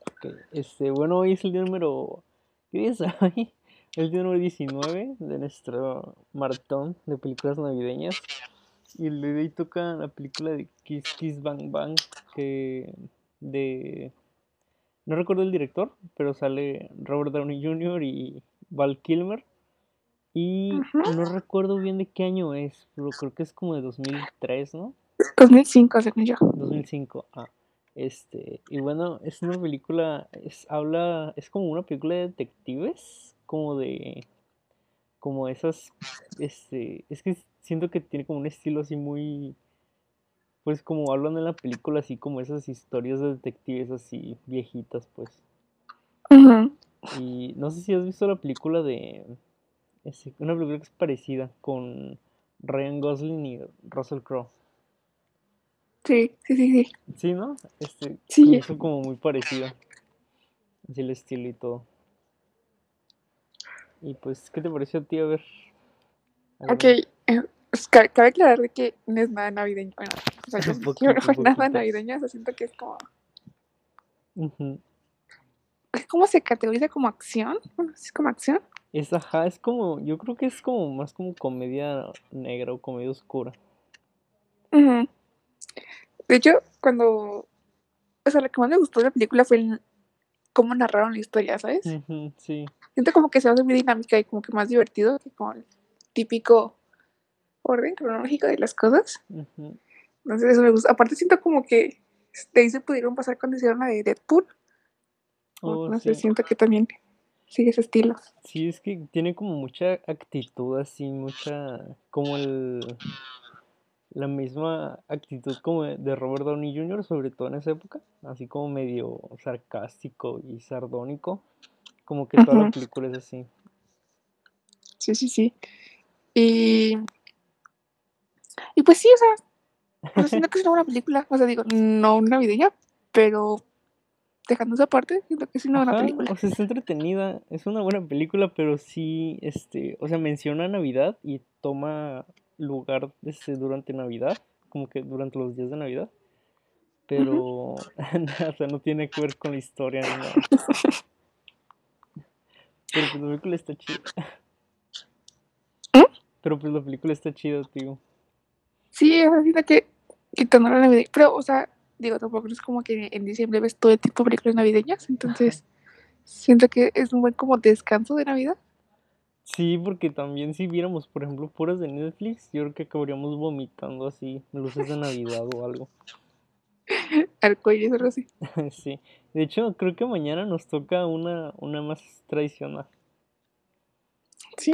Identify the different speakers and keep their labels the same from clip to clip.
Speaker 1: Ok, Este, bueno, hoy es el día número. ¿Qué día es hoy? El día número 19 de nuestro maratón de películas navideñas. Y el día de hoy toca la película de Kiss Kiss Bang Bang. Que. de. No recuerdo el director, pero sale Robert Downey Jr. y Val Kilmer. Y no recuerdo bien de qué año es, pero creo que es como de 2003, ¿no?
Speaker 2: 2005, según yo.
Speaker 1: 2005. Ah, este, y bueno, es una película, es, habla, es como una película de detectives, como de, como esas, este, es que siento que tiene como un estilo así muy, pues como hablan en la película, así como esas historias de detectives así viejitas, pues.
Speaker 2: Ujú.
Speaker 1: Y no sé si has visto la película de, este, una película que es parecida con Ryan Gosling y Russell Crowe.
Speaker 2: Sí, sí, sí, sí.
Speaker 1: Sí, ¿no? Este,
Speaker 2: Sí.
Speaker 1: sí. Eso como muy parecido. Así el estilo y todo. Y pues, ¿qué te pareció a ti? A ver. A
Speaker 2: Ok,
Speaker 1: ver,
Speaker 2: eh, pues, ca- cabe aclarar de que no es nada navideño. Bueno, o sea, yo
Speaker 1: Un
Speaker 2: yo no
Speaker 1: poquito,
Speaker 2: fue
Speaker 1: un
Speaker 2: nada
Speaker 1: poquito.
Speaker 2: navideño, o sea, siento que es como...
Speaker 1: ujú.
Speaker 2: Es como se categoriza como acción. Bueno, sí es como acción.
Speaker 1: Es, ajá, es como, yo creo que es como más como comedia negra o comedia oscura.
Speaker 2: Ujú. De hecho, cuando... O sea, lo que más me gustó de la película fue el- cómo narraron la historia, ¿sabes?
Speaker 1: Ujú, sí,
Speaker 2: Siento como que se hace muy dinámica y como que más divertido que con el típico orden cronológico de las cosas.
Speaker 1: ujú,
Speaker 2: Entonces eso me gusta. Aparte siento como que de ahí se pudieron pasar cuando hicieron la de Deadpool. Como que
Speaker 1: Oh,
Speaker 2: no sé,
Speaker 1: sí.
Speaker 2: siento que también sigue ese estilo.
Speaker 1: Sí, es que tiene como mucha actitud así, mucha, como el, la misma actitud como de de Robert Downey Jr., sobre todo en esa época, así como medio sarcástico y sardónico, como que toda la
Speaker 2: Ujú.
Speaker 1: película es así.
Speaker 2: Sí, sí, sí. Y, y pues sí, o sea, o sea, siento que es una buena película. O sea, digo, no navideña, pero dejando esa parte, siento que es una buena
Speaker 1: Ajá,
Speaker 2: película.
Speaker 1: o sea, es entretenida, es una buena película, pero sí, este, o sea, menciona Navidad y toma lugar este, durante Navidad, como que durante los días de Navidad,
Speaker 2: Ujú.
Speaker 1: pero nada, o sea, no tiene que ver con la historia ni nada, pero pues la película está chida,
Speaker 2: ¿Mm?
Speaker 1: pero pues la película está chida, tío.
Speaker 2: Sí, o sea, siento que quitando la navideña. Pero, o sea, digo, tampoco es como que en diciembre ves todo el tipo de películas navideñas. Entonces, siento que es un buen como descanso de Navidad.
Speaker 1: Sí, porque también si viéramos, por ejemplo, puras de Netflix, yo creo que acabaríamos vomitando así luces de Navidad o algo.
Speaker 2: Arcoíris o algo así.
Speaker 1: Sí. De hecho, creo que mañana nos toca una, una más tradicional.
Speaker 2: Sí.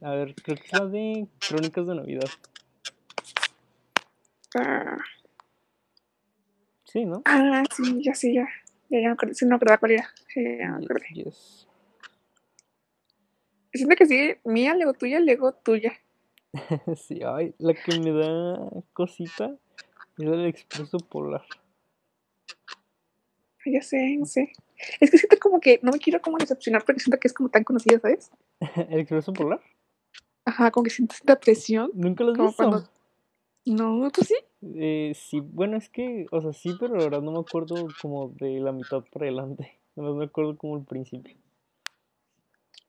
Speaker 1: A ver, creo que es la de Crónicas de Navidad.
Speaker 2: Ah,
Speaker 1: Sí, ¿no?
Speaker 2: ah, sí, ya sí, ya. Ya, ya me acordé. Sí, no me acordaba cuál era. Eh, ya me
Speaker 1: Yes,
Speaker 2: acordé.
Speaker 1: yes.
Speaker 2: Siento que sí, mía, luego tuya, luego tuya.
Speaker 1: Sí, ay, la que me da cosita es la del Expreso Polar.
Speaker 2: Ay, Ya sé, no sé. Es que siento como que no me quiero como decepcionar porque siento que es como tan conocida, ¿sabes?
Speaker 1: ¿El Expreso Polar?
Speaker 2: Ajá, como que siento esta presión.
Speaker 1: ¿Nunca lo has
Speaker 2: Como cuando.
Speaker 1: visto?
Speaker 2: No, tú sí.
Speaker 1: Eh, sí, bueno, es que, o sea, sí, pero la verdad no me acuerdo como de la mitad para adelante. No me acuerdo como el principio.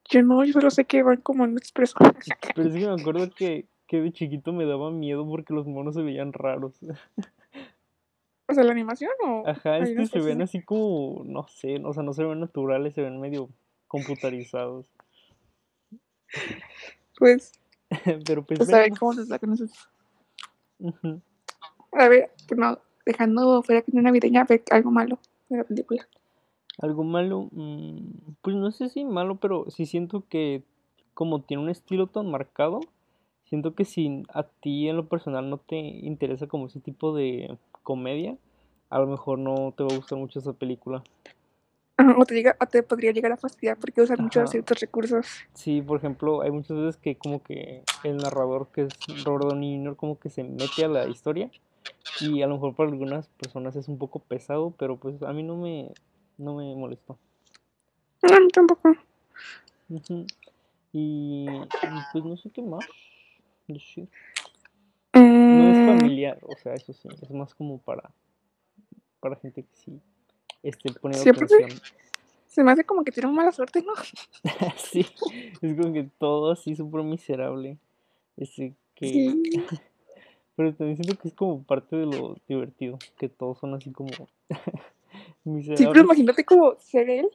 Speaker 2: Yo no, yo solo sé que van como en un expreso.
Speaker 1: Pero es que me acuerdo que, que de chiquito me daba miedo porque los monos se veían raros.
Speaker 2: O sea, la animación o
Speaker 1: Ajá, es
Speaker 2: hay
Speaker 1: que
Speaker 2: unas
Speaker 1: se
Speaker 2: cosas.
Speaker 1: ven así como, no sé, o sea, no se ven naturales, se ven medio computarizados.
Speaker 2: Pues,
Speaker 1: Pero pues
Speaker 2: pues a ver
Speaker 1: véanla.
Speaker 2: cómo nos la conoces.
Speaker 1: Ujú.
Speaker 2: A ver, pues no, dejando fuera que no es navideña, a ver algo malo de la película.
Speaker 1: Algo malo, mm, pues no sé si malo, pero sí siento que como tiene un estilo tan marcado, siento que si a ti en lo personal no te interesa como ese tipo de comedia, a lo mejor no te va a gustar mucho esa película.
Speaker 2: Ajá, Ah, O te, llega, o te podría llegar a fastidiar porque usan muchos
Speaker 1: Ajá.
Speaker 2: ciertos recursos.
Speaker 1: Sí, por ejemplo, hay muchas veces que como que el narrador, que es Robert Downey Jr., como que se mete a la historia y a lo mejor para algunas personas es un poco pesado, pero pues a mí no me, no me molestó.
Speaker 2: No, a mí tampoco.
Speaker 1: Ujú. Y, y, pues no sé qué más decir. No es
Speaker 2: Mm,
Speaker 1: familiar, o sea, eso sí, es más como para, para gente que sí. este, poniendo
Speaker 2: Siempre te-
Speaker 1: canción.
Speaker 2: Se me hace como que tiene mala suerte, ¿no?
Speaker 1: sí, es como que todo así súper miserable. Este, que...
Speaker 2: Sí.
Speaker 1: Pero también siento que es como parte de lo divertido, que todos son así como
Speaker 2: Sí, pero
Speaker 1: miserables.
Speaker 2: imagínate como ser él.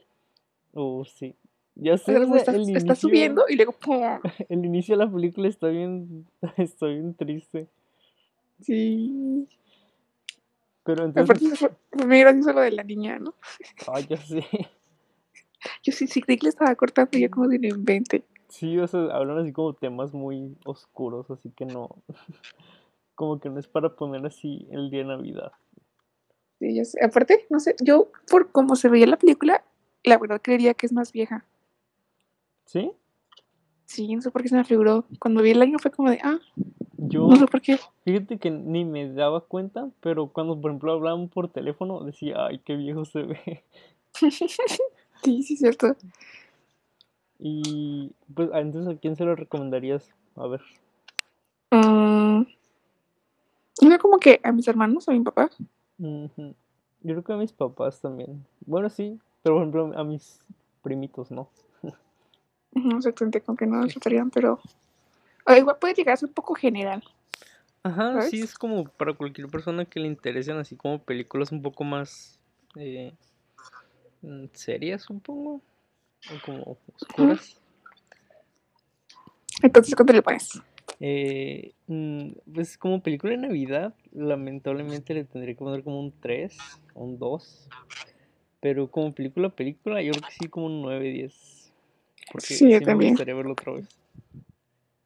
Speaker 1: Oh, sí. Ya
Speaker 2: O
Speaker 1: sé,
Speaker 2: sea,
Speaker 1: o
Speaker 2: como
Speaker 1: sea,
Speaker 2: está,
Speaker 1: el
Speaker 2: está
Speaker 1: inicio,
Speaker 2: subiendo y luego ¡pum!
Speaker 1: el inicio de la película está bien, está bien triste.
Speaker 2: Sí.
Speaker 1: Pero entonces,
Speaker 2: Aparte fue, fue muy gracioso lo de la niña, ¿no?
Speaker 1: ah, ya sé.
Speaker 2: Yo sí, sí creí que le estaba cortando y yo como si no invente.
Speaker 1: Sí, o sea, hablan así como temas muy oscuros, así que no, como que no es para poner así el día de Navidad.
Speaker 2: Sí, ya sé. Aparte, no sé, yo por cómo se veía la película, la verdad creería que es más vieja.
Speaker 1: ¿Sí?
Speaker 2: Sí, no sé por qué se me figuró. Cuando vi el año fue como de, ah,
Speaker 1: Yo,
Speaker 2: no sé por qué.
Speaker 1: fíjate que ni me daba cuenta, pero cuando, por ejemplo, hablaban por teléfono, decía, ay, qué viejo se ve.
Speaker 2: Sí, sí, es cierto.
Speaker 1: Y, pues, ah, entonces, ¿a quién se lo recomendarías? A ver.
Speaker 2: Mm, no como que a mis hermanos, a mi papá.
Speaker 1: Ujú. Yo creo que a mis papás también. Bueno, sí, pero por ejemplo a mis primitos no.
Speaker 2: No sé exactamente con qué no lo tratarían, pero... o igual puede llegar a ser un poco general.
Speaker 1: Ajá,
Speaker 2: ¿Sabes?
Speaker 1: sí, es como para cualquier persona que le interesen así como películas un poco más eh, mm, serias, supongo. O como oscuras.
Speaker 2: Entonces, ¿cuánto le pones?
Speaker 1: Eh, mm, pues como película de Navidad, lamentablemente le tendría que poner como un 3 o un 2. Pero como película, película, yo creo que sí como un 9, 10. Porque
Speaker 2: Sí, yo
Speaker 1: me
Speaker 2: también.
Speaker 1: gustaría verlo otra vez.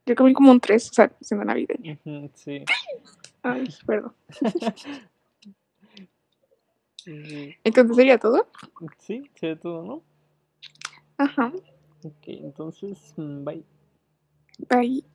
Speaker 2: Yo comí como un 3, o sea, siendo navideño.
Speaker 1: Ujú, sí.
Speaker 2: Ay, perdón.
Speaker 1: Sí,
Speaker 2: Entonces, ¿sería todo?
Speaker 1: sí, se ve todo, ¿no?
Speaker 2: Ajá.
Speaker 1: Ok, entonces, mm, bye.
Speaker 2: Bye.